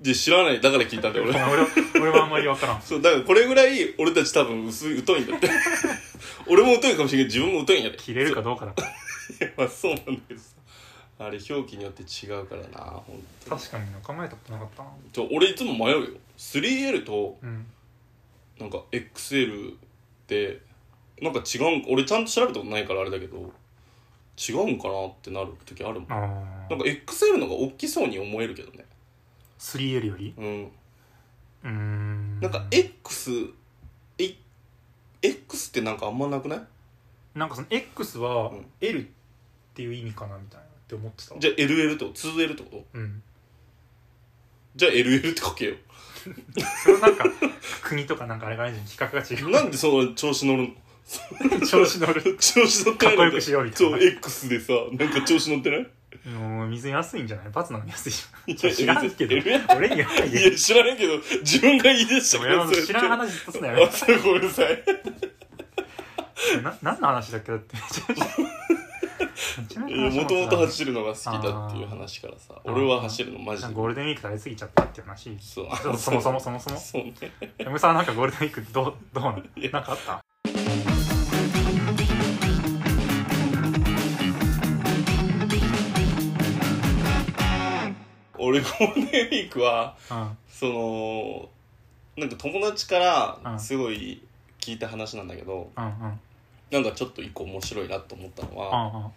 Speaker 2: じゃ知らないだから聞いたんだよ
Speaker 1: ごめ
Speaker 2: [LAUGHS] 俺
Speaker 1: ん俺は俺はあんまり分からん
Speaker 2: そうだからこれぐらい俺たち多分薄い疎いんだ [LAUGHS] って俺も疎いかもしれないけど自分も疎いんやで
Speaker 1: 切れるかどうかだから
Speaker 2: い [LAUGHS] やまあそうなんだけどさあれ表記によって違うからなほんと
Speaker 1: 確かにな考えたことなかったな
Speaker 2: ちょ俺いつも迷うよ 3L と
Speaker 1: うん
Speaker 2: なんか XL ってなんか違うん俺ちゃんと調べたことないからあれだけど違うんかなってなる時あるもんなん
Speaker 1: ああ
Speaker 2: か XL の方が大きそうに思えるけどね
Speaker 1: 3L より
Speaker 2: うん
Speaker 1: うーん
Speaker 2: なんか X え X ってなんかあんまなくない
Speaker 1: なんかその X は
Speaker 2: うん
Speaker 1: L っていう意味かなみたいなって思ってた
Speaker 2: じゃあ LL ってこと 2L ってこと
Speaker 1: うん
Speaker 2: じゃあ LL って書けよ
Speaker 1: それはなんか [LAUGHS] 国とかなんかあれがあるじゃん企画が違
Speaker 2: なんでその調子乗るの
Speaker 1: う調子乗る
Speaker 2: 調子乗っ
Speaker 1: か
Speaker 2: てな
Speaker 1: っ
Speaker 2: い
Speaker 1: こ
Speaker 2: の
Speaker 1: よくしようみたい
Speaker 2: そ
Speaker 1: な
Speaker 2: う X でさなんか調子乗ってない
Speaker 1: もう水安いんじゃない罰なのに安いじゃん
Speaker 2: いや
Speaker 1: 知らんけど
Speaker 2: い
Speaker 1: 俺にはないいよ
Speaker 2: や知らないけど自分が言い出した
Speaker 1: 俺の
Speaker 2: それ
Speaker 1: 知らん話ずっとすな
Speaker 2: [LAUGHS] あ
Speaker 1: よ
Speaker 2: そうごめんなさい
Speaker 1: な何の話だっけだってめちゃめちゃめちゃめちゃ話
Speaker 2: もともと
Speaker 1: 戻す
Speaker 2: 走るのが好きだっていう話からさ
Speaker 1: あー
Speaker 2: 俺は走るのマジ
Speaker 1: な
Speaker 2: で
Speaker 1: ゴールデンウィーク食べ過ぎちゃったっていう話
Speaker 2: そう
Speaker 1: そもそもそもそもそも
Speaker 2: そうね
Speaker 1: ムさんなんかゴールデンウィークどうどうなの
Speaker 2: や
Speaker 1: なんかあった
Speaker 2: 俺ゴールデンウィークは
Speaker 1: うん
Speaker 2: そのなんか友達か
Speaker 1: う
Speaker 2: ら
Speaker 1: ん
Speaker 2: すごい聞いた話なんだけど
Speaker 1: うんうん
Speaker 2: なんかちょっと一個面白いなと思ったの
Speaker 1: う
Speaker 2: は
Speaker 1: んうん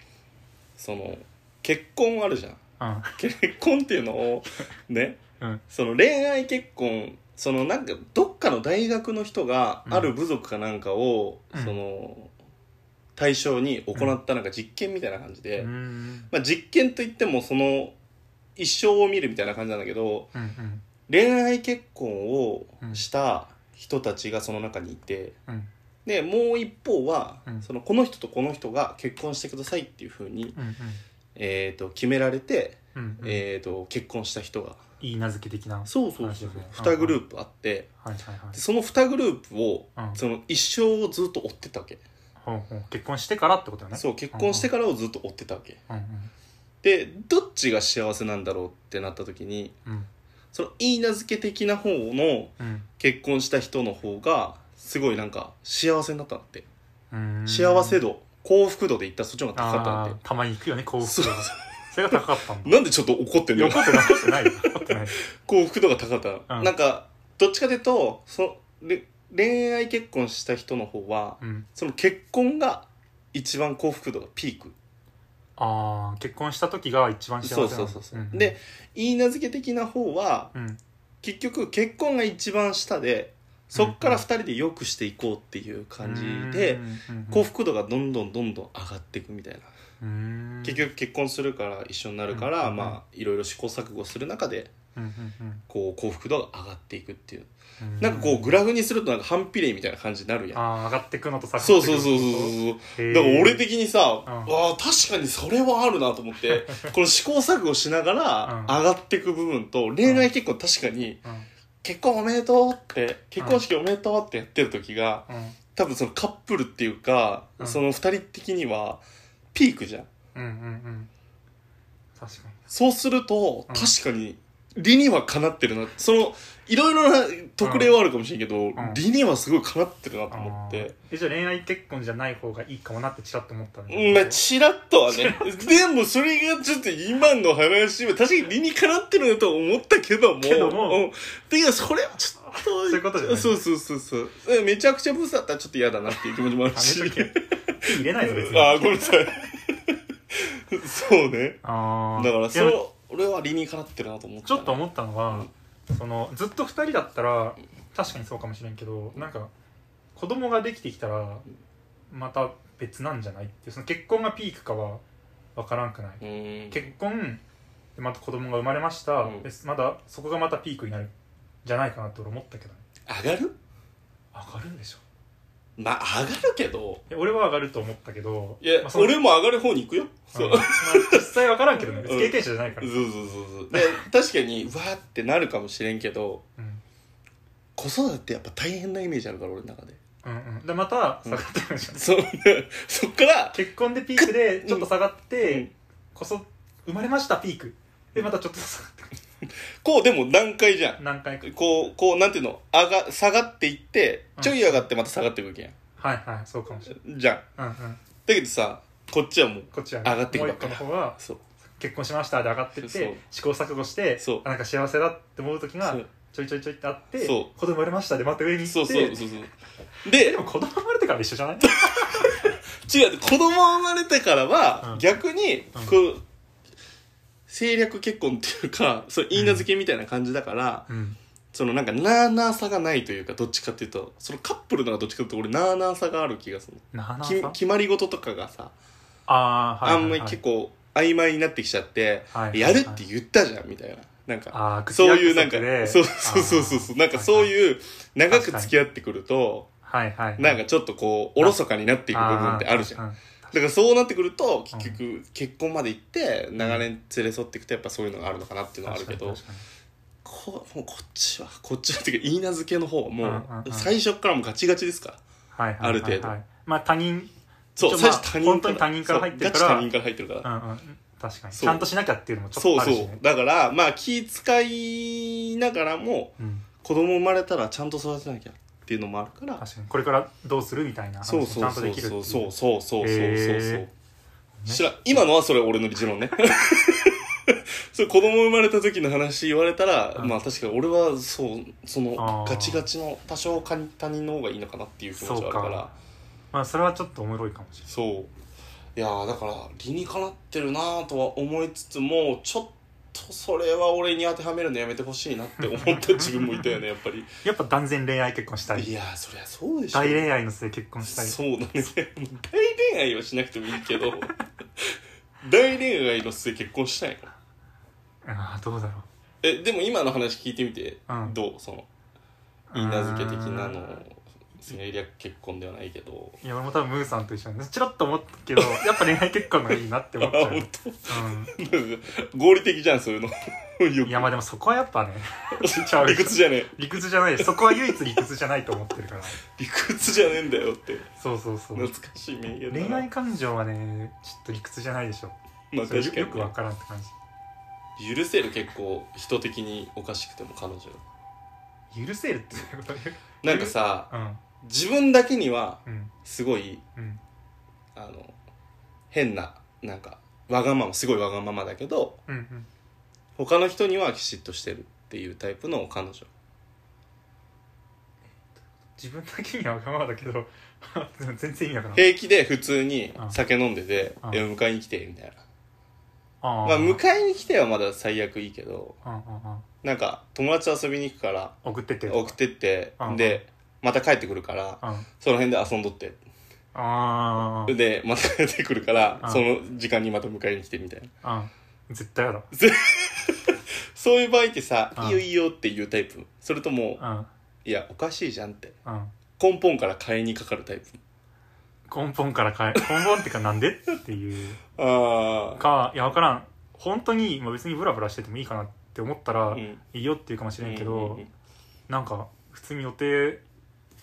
Speaker 2: その結婚あるじゃん [LAUGHS]
Speaker 1: うん
Speaker 2: 結婚っていうのをね
Speaker 1: [LAUGHS] うん
Speaker 2: その恋愛結婚そのなんかどっかの大学の人が
Speaker 1: うん
Speaker 2: ある部族かなんかを、
Speaker 1: うん
Speaker 2: その対象に行ったなんか実験みたいな感じで、
Speaker 1: うーん
Speaker 2: まあ、実験といってもその一生を見るみたいな感じなんだけど
Speaker 1: うんうん
Speaker 2: 恋愛結婚をした人たちがその中にいて、
Speaker 1: うん
Speaker 2: でもう一方は、
Speaker 1: うん
Speaker 2: そのこの人とこの人が結婚してくださいっていうふうに、
Speaker 1: うん
Speaker 2: えー、と決められて、
Speaker 1: うんうん
Speaker 2: えー、と結婚した人が
Speaker 1: いい名付け的なはい
Speaker 2: そうそうそう
Speaker 1: 話だね
Speaker 2: 2グループあって。
Speaker 1: はいは
Speaker 2: でその2グループを
Speaker 1: いうん
Speaker 2: その一生をずっと追ってたわけ
Speaker 1: ほうほう結婚してからってことよね
Speaker 2: そう結婚してからをずっと追ってたわけ
Speaker 1: うん
Speaker 2: でどっちが幸せなんだろうってなった時に
Speaker 1: うんうん
Speaker 2: そのいい名付け的な方の
Speaker 1: うん
Speaker 2: 結婚した人の方がすごいなんか幸せになったんだって
Speaker 1: うーん
Speaker 2: 幸せ度幸福度で言ったらそっちの方が高かったん
Speaker 1: あ
Speaker 2: だ
Speaker 1: ー
Speaker 2: って
Speaker 1: まに行くよね幸福度が
Speaker 2: そ
Speaker 1: それが高かったんだ
Speaker 2: なんでちょっと怒ってんの
Speaker 1: よかってないよかってないよかってない
Speaker 2: 幸福度が高かった、
Speaker 1: うん
Speaker 2: なんかどっちかというとそれ恋愛結婚した人の方は
Speaker 1: うん
Speaker 2: その結婚が一番幸福度がピーク
Speaker 1: ああ結婚した時が一番幸せ
Speaker 2: そう
Speaker 1: な
Speaker 2: そうそうそう、
Speaker 1: ん
Speaker 2: でいい名付け的な方は
Speaker 1: うん
Speaker 2: 結局結婚が一番下でそっから2人で良くしていこうっていう感じで、
Speaker 1: うんうんうん
Speaker 2: 幸福度がどんどんどんどん上がっていくみたいな、
Speaker 1: うん
Speaker 2: 結局結婚するから一緒になるから、
Speaker 1: うん
Speaker 2: まあいろいろ試行錯誤する中で
Speaker 1: うんうん
Speaker 2: こう幸福度が上がっていくっていう
Speaker 1: うん
Speaker 2: なんかこうグラフにするとなんか反比例みたいな感じになるやん
Speaker 1: ああ上がってくのと下がって
Speaker 2: そ
Speaker 1: く
Speaker 2: うそうそうそう
Speaker 1: う
Speaker 2: そ
Speaker 1: だ
Speaker 2: うだから俺的にさ、
Speaker 1: う
Speaker 2: あ
Speaker 1: ん
Speaker 2: あ確かにそれはあるなと思って
Speaker 1: [LAUGHS]
Speaker 2: この試行錯誤しながら
Speaker 1: うん
Speaker 2: 上がっていく部分と恋愛結婚確かに
Speaker 1: うん
Speaker 2: 結婚おめでとうって結婚式おめでとうってやってる時が
Speaker 1: うん
Speaker 2: 多分そのカップルっていうか、
Speaker 1: うん
Speaker 2: その二人的にはピークじゃん
Speaker 1: うんうんうん確かに
Speaker 2: そうすると
Speaker 1: うん
Speaker 2: 確かに理にはかなってるなそのいろいろな特例はあるかもしれんけど、
Speaker 1: ん
Speaker 2: 理にはすごいかなってるなと思って。
Speaker 1: あーえじゃあ恋愛結婚じゃない方がいいかもなってちらっと思ったんだ
Speaker 2: まあ、チラッとはね。でも、それがちょっと今の話は、確かに理にかなってるなと思ったけども。
Speaker 1: けども
Speaker 2: うん。てか、それはちょっと。そう
Speaker 1: いうことじゃない
Speaker 2: そうそうそうそう。めちゃくちゃブスだったらちょっと嫌だなっていう気持ちもある
Speaker 1: や
Speaker 2: し。
Speaker 1: めとけ手入れないぞ別に
Speaker 2: [LAUGHS] ああ、ごめんなさい。そうね。
Speaker 1: あー
Speaker 2: だから、
Speaker 1: い
Speaker 2: そ
Speaker 1: や
Speaker 2: れ、俺は理にかなってるなと思った。
Speaker 1: ちょっと思ったのは、そのずっと2人だったら確かにそうかもしれんけどなんか子供ができてきたらまた別なんじゃないっていうその結婚がピークかは分からんくない
Speaker 2: うん。
Speaker 1: 結婚でまた子供が生まれました、
Speaker 2: うん
Speaker 1: でまだそこがまたピークになるんじゃないかなって俺思ったけどね
Speaker 2: 上がる
Speaker 1: 上がるんでしょ
Speaker 2: まあ、上がるけど。
Speaker 1: いや俺は上がると思ったけど
Speaker 2: いや、
Speaker 1: まあその
Speaker 2: 俺も上がる方に行くよ。
Speaker 1: う
Speaker 2: そ
Speaker 1: ん
Speaker 2: う
Speaker 1: ま。あ実際分からんけどね
Speaker 2: うん
Speaker 1: 別に経験者じゃないか
Speaker 2: そう
Speaker 1: ら、
Speaker 2: そうそうそう。で、確かに、うわーってなるかもしれんけど、
Speaker 1: うん
Speaker 2: 子育てってやっぱ大変なイメージあるから俺の中で
Speaker 1: うんうん、でまた下がってくるんじゃない
Speaker 2: そ [LAUGHS] そっから
Speaker 1: 結婚でピークでちょっと下がって、
Speaker 2: うん
Speaker 1: こそ生まれましたピークでまたちょっと下がってくる
Speaker 2: こうでも段階じゃん
Speaker 1: 何回か
Speaker 2: こうこうなんていうの上が下がっていってちょい上がってまた下がっていくわけや
Speaker 1: はいはいそうかもしれ
Speaker 2: んじゃん
Speaker 1: ない、うんうん、
Speaker 2: だけどさこっちはもう
Speaker 1: こっちは、
Speaker 2: 上がってく
Speaker 1: もう
Speaker 2: ば
Speaker 1: 一
Speaker 2: っ
Speaker 1: 個
Speaker 2: か
Speaker 1: の方は
Speaker 2: そう
Speaker 1: 結婚しましたで上がってっ
Speaker 2: そう
Speaker 1: て試行錯誤して
Speaker 2: そう
Speaker 1: あなんか幸せだって思う時が
Speaker 2: そう
Speaker 1: ちょいちょいちょいってあって
Speaker 2: そ
Speaker 1: 子供生まれましたでまた上に行って
Speaker 2: そうそうそうそう
Speaker 1: で
Speaker 2: で
Speaker 1: も子供生まれてから一緒じゃない
Speaker 2: 違う子供生まれてから
Speaker 1: う
Speaker 2: は
Speaker 1: ん
Speaker 2: 逆にこう政略結婚っていうかそう言い名付けみたいな感じだから、
Speaker 1: うん
Speaker 2: そのなんかなあなあさがないというかどっちかっていうとそのカップルならどっちかっていうと俺なあなあさがある気がする
Speaker 1: なあなあ
Speaker 2: き
Speaker 1: さん
Speaker 2: 決まり事とかがさ、
Speaker 1: あーはいはいはい
Speaker 2: あんまり結構曖昧になってきちゃって、
Speaker 1: はいはい
Speaker 2: やるって言ったじゃんみたいななんか
Speaker 1: あー口
Speaker 2: そういうなん
Speaker 1: 約
Speaker 2: か
Speaker 1: 束で
Speaker 2: そうそうそうそうそうなんかそ
Speaker 1: う
Speaker 2: ういう長く付き合ってくると
Speaker 1: はいはいはい
Speaker 2: なんかちょっとこうおろそかになっていく部分ってあるじゃん
Speaker 1: ん
Speaker 2: だからそうなってくると結局結婚まで行って長年連れ添っていくとやっぱそういうのがあるのかなっていうのはあるけど
Speaker 1: 確かに
Speaker 2: こもうこっちはこっちはっていうか言い名付けの方はも
Speaker 1: うんうんう
Speaker 2: うん最初からもうガチガチですから
Speaker 1: はいはいはいはい
Speaker 2: ある程度
Speaker 1: まあ他人
Speaker 2: そう
Speaker 1: 一応ま
Speaker 2: 最
Speaker 1: あ
Speaker 2: 初他人
Speaker 1: 本当に他人から入ってるから
Speaker 2: そうガチ他人から入ってるから
Speaker 1: うんうん確かに
Speaker 2: そう
Speaker 1: ちゃんとしなきゃっていうのもちょっ
Speaker 2: そ
Speaker 1: と
Speaker 2: う
Speaker 1: あ
Speaker 2: そ
Speaker 1: るしね
Speaker 2: う。だから、まあ気遣いながらも、
Speaker 1: うん
Speaker 2: 子供生まれたらちゃんと育てなきゃっていうのもあるから、
Speaker 1: 確かにこれからどうするみたいな話
Speaker 2: そ
Speaker 1: も
Speaker 2: う
Speaker 1: ち
Speaker 2: そ
Speaker 1: ゃ
Speaker 2: うん
Speaker 1: と
Speaker 2: そ
Speaker 1: で
Speaker 2: う
Speaker 1: きるって
Speaker 2: そ
Speaker 1: いうう
Speaker 2: そうそうそうそうそうそ
Speaker 1: へ
Speaker 2: う。知らん今のはそれ俺の持論ね。 [LAUGHS] それ子供生まれた時の話言われたら、
Speaker 1: うん
Speaker 2: まあ確かに俺はそう、その
Speaker 1: あー
Speaker 2: ガチガチの多少他人の方がいいのかなっていう気持ちはあるか
Speaker 1: そう
Speaker 2: ら
Speaker 1: か、まあそれはちょっとおもろいかもしれ
Speaker 2: そう。いやーだから理にかなってるなーとは思いつつもちょっとそれは俺に当てはめるのやめてほしいなって思った自分もいたよねやっぱ
Speaker 1: [LAUGHS]
Speaker 2: り
Speaker 1: ないやっぱ断然恋愛結婚したい
Speaker 2: いやーそりゃそうでしょ
Speaker 1: 大恋愛の末結婚したい
Speaker 2: そうだね大恋愛はしなくてもいいけど [LAUGHS] 大恋愛の末結婚したいの
Speaker 1: ああどうだろ
Speaker 2: えでも今の話聞いてみて、
Speaker 1: うん
Speaker 2: どうその
Speaker 1: う
Speaker 2: 言い名付け的な
Speaker 1: う
Speaker 2: の
Speaker 1: ーん
Speaker 2: 政略結婚ではないけど [LAUGHS]
Speaker 1: いや俺も多分ムーさんと一緒にちらっと思ったけどやっぱ恋愛結婚の方がいいなって
Speaker 2: [LAUGHS]
Speaker 1: 思
Speaker 2: あ
Speaker 1: っちゃう、
Speaker 2: 本
Speaker 1: う
Speaker 2: 当なんか合理的じゃんそういうのよ
Speaker 1: ん、いやまあでもそこはやっぱねちゃう
Speaker 2: [LAUGHS] 理屈じゃねえ
Speaker 1: 理屈じゃないですそこは唯一理屈じゃないと思ってるから
Speaker 2: 理屈じゃねえんだよって
Speaker 1: そうそうそう
Speaker 2: 懐かしい名言だな
Speaker 1: 恋愛感情はねちょっと理屈じゃないでしょ
Speaker 2: まあ
Speaker 1: それ
Speaker 2: 確か
Speaker 1: よ
Speaker 2: に
Speaker 1: く
Speaker 2: ね、
Speaker 1: わからんって感じ
Speaker 2: 許せる結構人的におかしくても彼女
Speaker 1: 許せるっていうことで
Speaker 2: なんかさ
Speaker 1: うん
Speaker 2: 自分だけには
Speaker 1: うん
Speaker 2: すごい
Speaker 1: うん
Speaker 2: あの変ななんかわがまますごいわがままだけど
Speaker 1: うんうん
Speaker 2: 他の人にはきちっとしてるっていうタイプの彼女
Speaker 1: 自分だけにはわがままだけど [LAUGHS] 全然意味わからん
Speaker 2: 平気で普通に
Speaker 1: うん
Speaker 2: 酒飲んでて
Speaker 1: う
Speaker 2: 「
Speaker 1: ん
Speaker 2: いや迎えに来て」みたいな
Speaker 1: あー
Speaker 2: まあ迎えに来てはまだ最悪いいけど
Speaker 1: うんうんうん
Speaker 2: なんか友達と遊びに行くから
Speaker 1: 送ってって
Speaker 2: 送ってって
Speaker 1: うん
Speaker 2: でまた帰ってくるから
Speaker 1: うん
Speaker 2: その辺で遊んどって
Speaker 1: あー
Speaker 2: でまた帰ってくるから
Speaker 1: うん
Speaker 2: その時間にまた迎えに来てみたいな
Speaker 1: うん絶対やろ
Speaker 2: そういう場合ってさ
Speaker 1: うん
Speaker 2: 「いいよいいよ」っていうタイプそれとも
Speaker 1: うん
Speaker 2: 「いやおかしいじゃん」って
Speaker 1: うん
Speaker 2: 根本から買いにかかるタイプ
Speaker 1: 根本から変え根本っていうかなんでっていう
Speaker 2: あ
Speaker 1: かいや分からん本当にまあ別にブラブラしててもいいかなって思った
Speaker 2: あ
Speaker 1: ら、
Speaker 2: う
Speaker 1: い
Speaker 2: ん
Speaker 1: いよって言うかもしれんけど、
Speaker 2: うんうん
Speaker 1: なんか普通に予定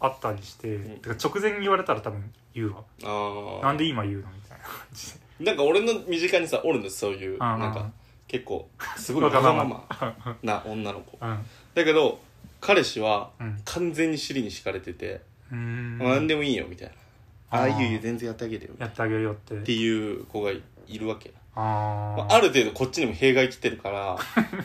Speaker 1: あったりして、
Speaker 2: うん
Speaker 1: てか直前に言われたら多分言うわ
Speaker 2: あ
Speaker 1: なんで
Speaker 2: い
Speaker 1: 今言うのみたいな感じで
Speaker 2: なんか俺の身近にさおるんですそういう
Speaker 1: あー
Speaker 2: なんか結構すごいわ
Speaker 1: わ
Speaker 2: が
Speaker 1: が
Speaker 2: ま
Speaker 1: ま
Speaker 2: まな女の子
Speaker 1: うん
Speaker 2: だけど彼氏は
Speaker 1: うん
Speaker 2: 完全に尻に敷かれてて
Speaker 1: うーん
Speaker 2: 何でもいいよみたいなああ
Speaker 1: ー
Speaker 2: いういいよ全然やってあげてよみた
Speaker 1: や
Speaker 2: い
Speaker 1: ってあげるよって
Speaker 2: なっていう子がいるわけ
Speaker 1: あ
Speaker 2: ま
Speaker 1: ー
Speaker 2: あある程度こっちにも弊害来てるから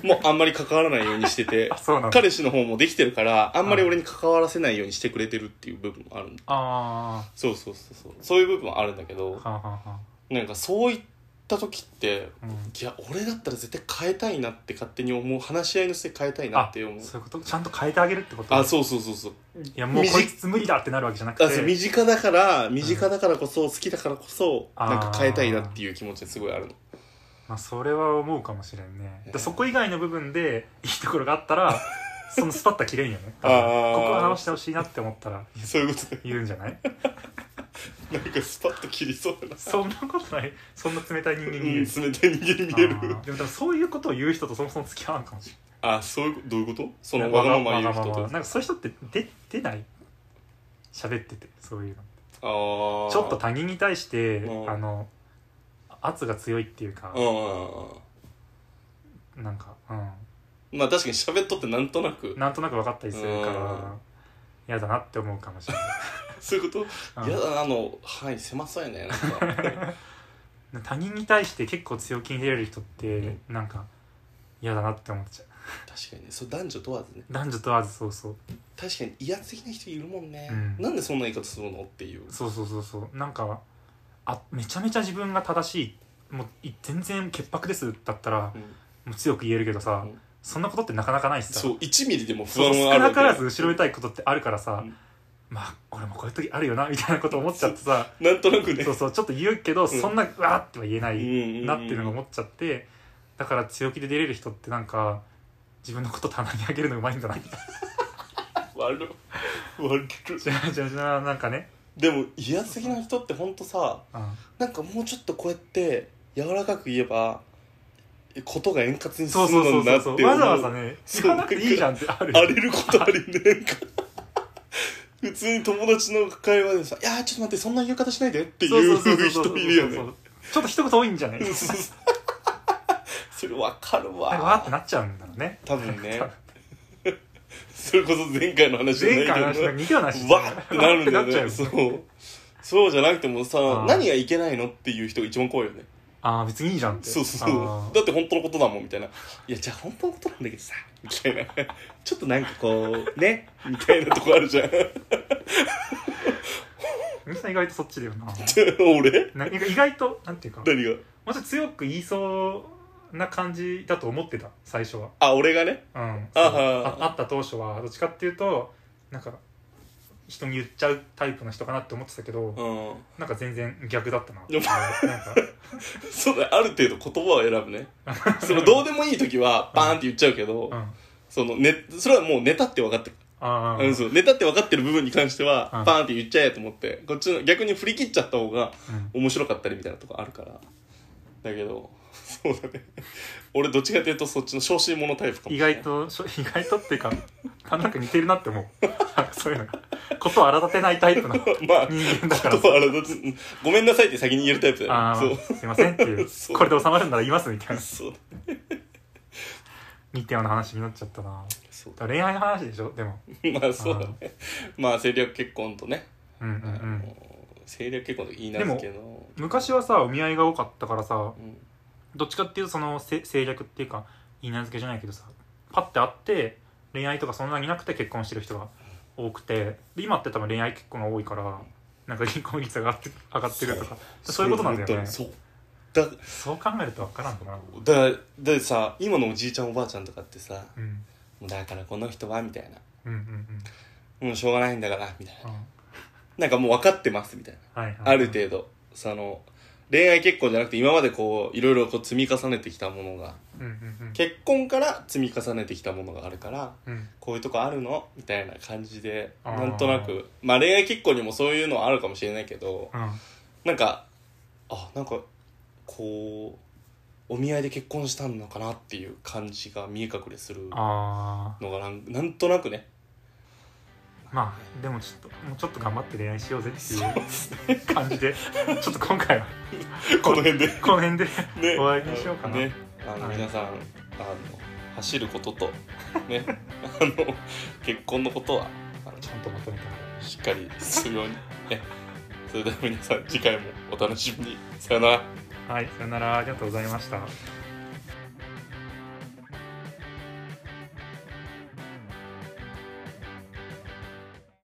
Speaker 1: [LAUGHS]
Speaker 2: もうあんまり関わらないようにしてて
Speaker 1: あそうなんだ
Speaker 2: 彼氏の方もできてるからあんまり俺に関わらせないようにしてくれてるっていう部分もあるんだ
Speaker 1: あ
Speaker 2: そうそうそうそうそういう部分はあるんだけ
Speaker 1: あ
Speaker 2: ど
Speaker 1: はあはあは
Speaker 2: なんかそういった時って
Speaker 1: あ、うん
Speaker 2: いや俺だったら絶対変えたいなって勝手に思う話し合いの末変えたいなって思う
Speaker 1: そういうことちゃんと変えてあげるってこと
Speaker 2: あそうそうそうそう
Speaker 1: いやもう
Speaker 2: みじ
Speaker 1: こいつ無理だってなるわけじゃなくて
Speaker 2: あそう身近だから身近だからこそ、好きだからこそ
Speaker 1: あー
Speaker 2: なんか変えたいなっていう気持ちがすごいあるの
Speaker 1: まあ、それは思うかもしれんね、
Speaker 2: ね
Speaker 1: でそこ以外の部分でいいところがあった
Speaker 2: [LAUGHS]
Speaker 1: らそのスパッタ切れんよねここ
Speaker 2: あー
Speaker 1: は直してほしいなって思ったら
Speaker 2: そういうこと
Speaker 1: 言うんじゃ
Speaker 2: [LAUGHS]
Speaker 1: ない
Speaker 2: でなんかスパッと切りそうだな
Speaker 1: そんなことないそんな冷たい人間
Speaker 2: う
Speaker 1: に
Speaker 2: ん
Speaker 1: 見え
Speaker 2: 冷
Speaker 1: る、
Speaker 2: たい人間に見える
Speaker 1: あーでも多分そういうことを言う人とそもそも付き合わんかもし
Speaker 2: あそういうことどういうことそ
Speaker 1: れな
Speaker 2: の
Speaker 1: い
Speaker 2: わがまま言う
Speaker 1: わ
Speaker 2: 人
Speaker 1: が
Speaker 2: と
Speaker 1: なんかそういう人って出出ない喋っててそういうの
Speaker 2: あー
Speaker 1: ちょっと他人に対して
Speaker 2: うん
Speaker 1: あの圧が強いっていうか
Speaker 2: うんうんう
Speaker 1: なんか、うん
Speaker 2: まあ確かに喋っとってなんとなく
Speaker 1: ん、なんとなく分かったりするか
Speaker 2: うん
Speaker 1: ら嫌だなって思うかもしれない
Speaker 2: そういうこと
Speaker 1: うん
Speaker 2: いやだなあの範囲狭そうやねな
Speaker 1: [LAUGHS]
Speaker 2: んか
Speaker 1: 他人に対して結構強気に出れる人ってなんか嫌だなって思っちゃう
Speaker 2: 確かにねそれ男女問わずね
Speaker 1: 男女問わずそうそう
Speaker 2: 確かに威圧的な人いるもんね、
Speaker 1: うん
Speaker 2: なんでそんな言い方するのっていう
Speaker 1: そうそうそうそうなんかあめちゃめちゃ自分が正しいもうい全然潔白ですだったら
Speaker 2: うん
Speaker 1: もう強く言えるけどさ、
Speaker 2: うん
Speaker 1: そんなことってなかなかないしさ
Speaker 2: そう1ミリでも不
Speaker 1: そう
Speaker 2: 安
Speaker 1: 少
Speaker 2: はある
Speaker 1: な
Speaker 2: わけ
Speaker 1: か
Speaker 2: よ
Speaker 1: らず後ろめたいことってあるからさ、
Speaker 2: うん
Speaker 1: まあ俺もこういう時あるよなみたいなこと思っちゃって
Speaker 2: [LAUGHS]
Speaker 1: さ
Speaker 2: なんとなくね
Speaker 1: そうそうちょっと言うけど、そんなうわーっては言えない、な
Speaker 2: な
Speaker 1: っていうのが思っちゃってだから強気で出れる人ってなんか自分のこと棚にあげるのうまいんだな
Speaker 2: 悪る悪る
Speaker 1: じゃあじゃあじゃあなんかね、
Speaker 2: でも嫌すぎな人ってほんとさ
Speaker 1: うん、
Speaker 2: なんかもうちょっとこうやって柔らかく言えばことが円滑に進
Speaker 1: そうそうそ
Speaker 2: むの
Speaker 1: う
Speaker 2: にな
Speaker 1: そ
Speaker 2: っ
Speaker 1: う
Speaker 2: て
Speaker 1: そう
Speaker 2: 思う
Speaker 1: わざわざね
Speaker 2: そう
Speaker 1: 言わなくていいじゃんってある
Speaker 2: [LAUGHS] あれることあるよねなんか普通に友達の会話でさ「いやーちょっと待ってそんな言い方しないで」って
Speaker 1: そ
Speaker 2: いうう
Speaker 1: そうそうそう
Speaker 2: 人いるよ
Speaker 1: そう
Speaker 2: ね
Speaker 1: そうちょっと一言多いんじゃね
Speaker 2: うんそうそう [LAUGHS] それわかる
Speaker 1: なんかわーって
Speaker 2: わ
Speaker 1: なっちゃうんだろうね
Speaker 2: 多分ねそれこそ前回の話じゃない
Speaker 1: 前
Speaker 2: けど
Speaker 1: 回の話が似たような話
Speaker 2: わーってなるんだよ
Speaker 1: わーってな
Speaker 2: ね
Speaker 1: っち
Speaker 2: そ
Speaker 1: ゃう
Speaker 2: うそうじゃなくても
Speaker 1: あ
Speaker 2: さ
Speaker 1: ー
Speaker 2: 何がいけないのっていう人が一番怖いよね
Speaker 1: ああ別にいいじゃんって
Speaker 2: そうそうそうだって本当のことだもんみたいないやじゃあ本当のことなんだけどさみたいなちょっとなんかこうねみたいなとこあるじゃん
Speaker 1: みんな意外とそっちだよな
Speaker 2: [LAUGHS] 俺
Speaker 1: なんか意外となんていうか
Speaker 2: 何が
Speaker 1: もうちょっと強く言いそうな感じだと思ってた最初は
Speaker 2: あ俺がね
Speaker 1: うん、
Speaker 2: あ
Speaker 1: あ
Speaker 2: は
Speaker 1: ああった当初はどっちかっていうとなんか人に言っちゃうタイプの人かなって思ってたけど、
Speaker 2: うん
Speaker 1: なんか全然逆だったな
Speaker 2: でも
Speaker 1: なんか
Speaker 2: そうだある程度言葉を選ぶねそのどうでもいい時はバーンって言っちゃうけど、
Speaker 1: うんあ
Speaker 2: そのねそれはもうネタって分かってる
Speaker 1: あ
Speaker 2: うん、そうネタって分かってる部分に関しては
Speaker 1: うん
Speaker 2: バーンって言っちゃえと思ってこっちの逆に振り切っちゃった方が
Speaker 1: うん
Speaker 2: 面白かったりみたいなとこあるからだけど [LAUGHS] そうだね俺どっちかというとそっちの小心者タイプかも
Speaker 1: 意
Speaker 2: しれない
Speaker 1: 外としょ意外とっていうかあなんか似てるなって思うなんかそういうのがことを荒立てないタイプの人
Speaker 2: [LAUGHS] まあ
Speaker 1: 間だから
Speaker 2: 言葉あれだつごめんなさいって先に言えるタイプだ
Speaker 1: ああ
Speaker 2: よね
Speaker 1: すいませんっていう
Speaker 2: そう
Speaker 1: これで収まるんなら言いますみたい
Speaker 2: そう
Speaker 1: な
Speaker 2: そう
Speaker 1: 似たような話になっちゃったな
Speaker 2: そう [LAUGHS]
Speaker 1: だから恋愛の話でしょでも
Speaker 2: まあそうだねまあ政略結婚とね、
Speaker 1: うんうんう
Speaker 2: あの
Speaker 1: ん
Speaker 2: 政略結婚と言いなんですけど
Speaker 1: 昔はさお見合いが多かったからさ
Speaker 2: うん
Speaker 1: どっちかっていうとそのせ政略っていうか言い名付けじゃないけどさパッて会って恋愛とかそんなになくて結婚してる人が多くてで今って多分恋愛結婚が多いからなんか離婚率が上がって上がってるとかそういうことなんだよね
Speaker 2: そうだ
Speaker 1: そう考えると分からんかな
Speaker 2: だだってさ今のおじいちゃんおばあちゃんとかってさ
Speaker 1: うん
Speaker 2: 「もうだからこの人は」みたいな
Speaker 1: うんうんうん
Speaker 2: 「もうしょうがないんだから」みたいな
Speaker 1: うん
Speaker 2: なんかもう分かってますみたいな
Speaker 1: はいはい
Speaker 2: ある程度その恋愛結婚じゃなくて今までこういろいろこう積み重ねてきたものが
Speaker 1: うんうんうん
Speaker 2: 結婚から積み重ねてきたものがあるから
Speaker 1: うん
Speaker 2: こういうとこあるのみたいな感じで
Speaker 1: あー
Speaker 2: なんとなくまあ恋愛結婚にもそういうのはあるかもしれないけど
Speaker 1: うん
Speaker 2: なんかあなんかこうお見合いで結婚したのかなっていう感じが見え隠れする
Speaker 1: あ
Speaker 2: のがなんなんとなくね
Speaker 1: ーまあでもちょっともうちょっと頑張って恋愛しようぜっていう感じでちょっと今回は
Speaker 2: [LAUGHS] この辺で
Speaker 1: この辺で
Speaker 2: ね、
Speaker 1: 終わりにしようかな
Speaker 2: ね、あの、
Speaker 1: はい
Speaker 2: 皆さんあの走ること
Speaker 1: [LAUGHS]
Speaker 2: とねあの結婚のことはあの
Speaker 1: ちゃんとまとめた
Speaker 2: しっかりするようにねそれでは皆さん次回もお楽しみにさよなら
Speaker 1: はいさよならありがとうございました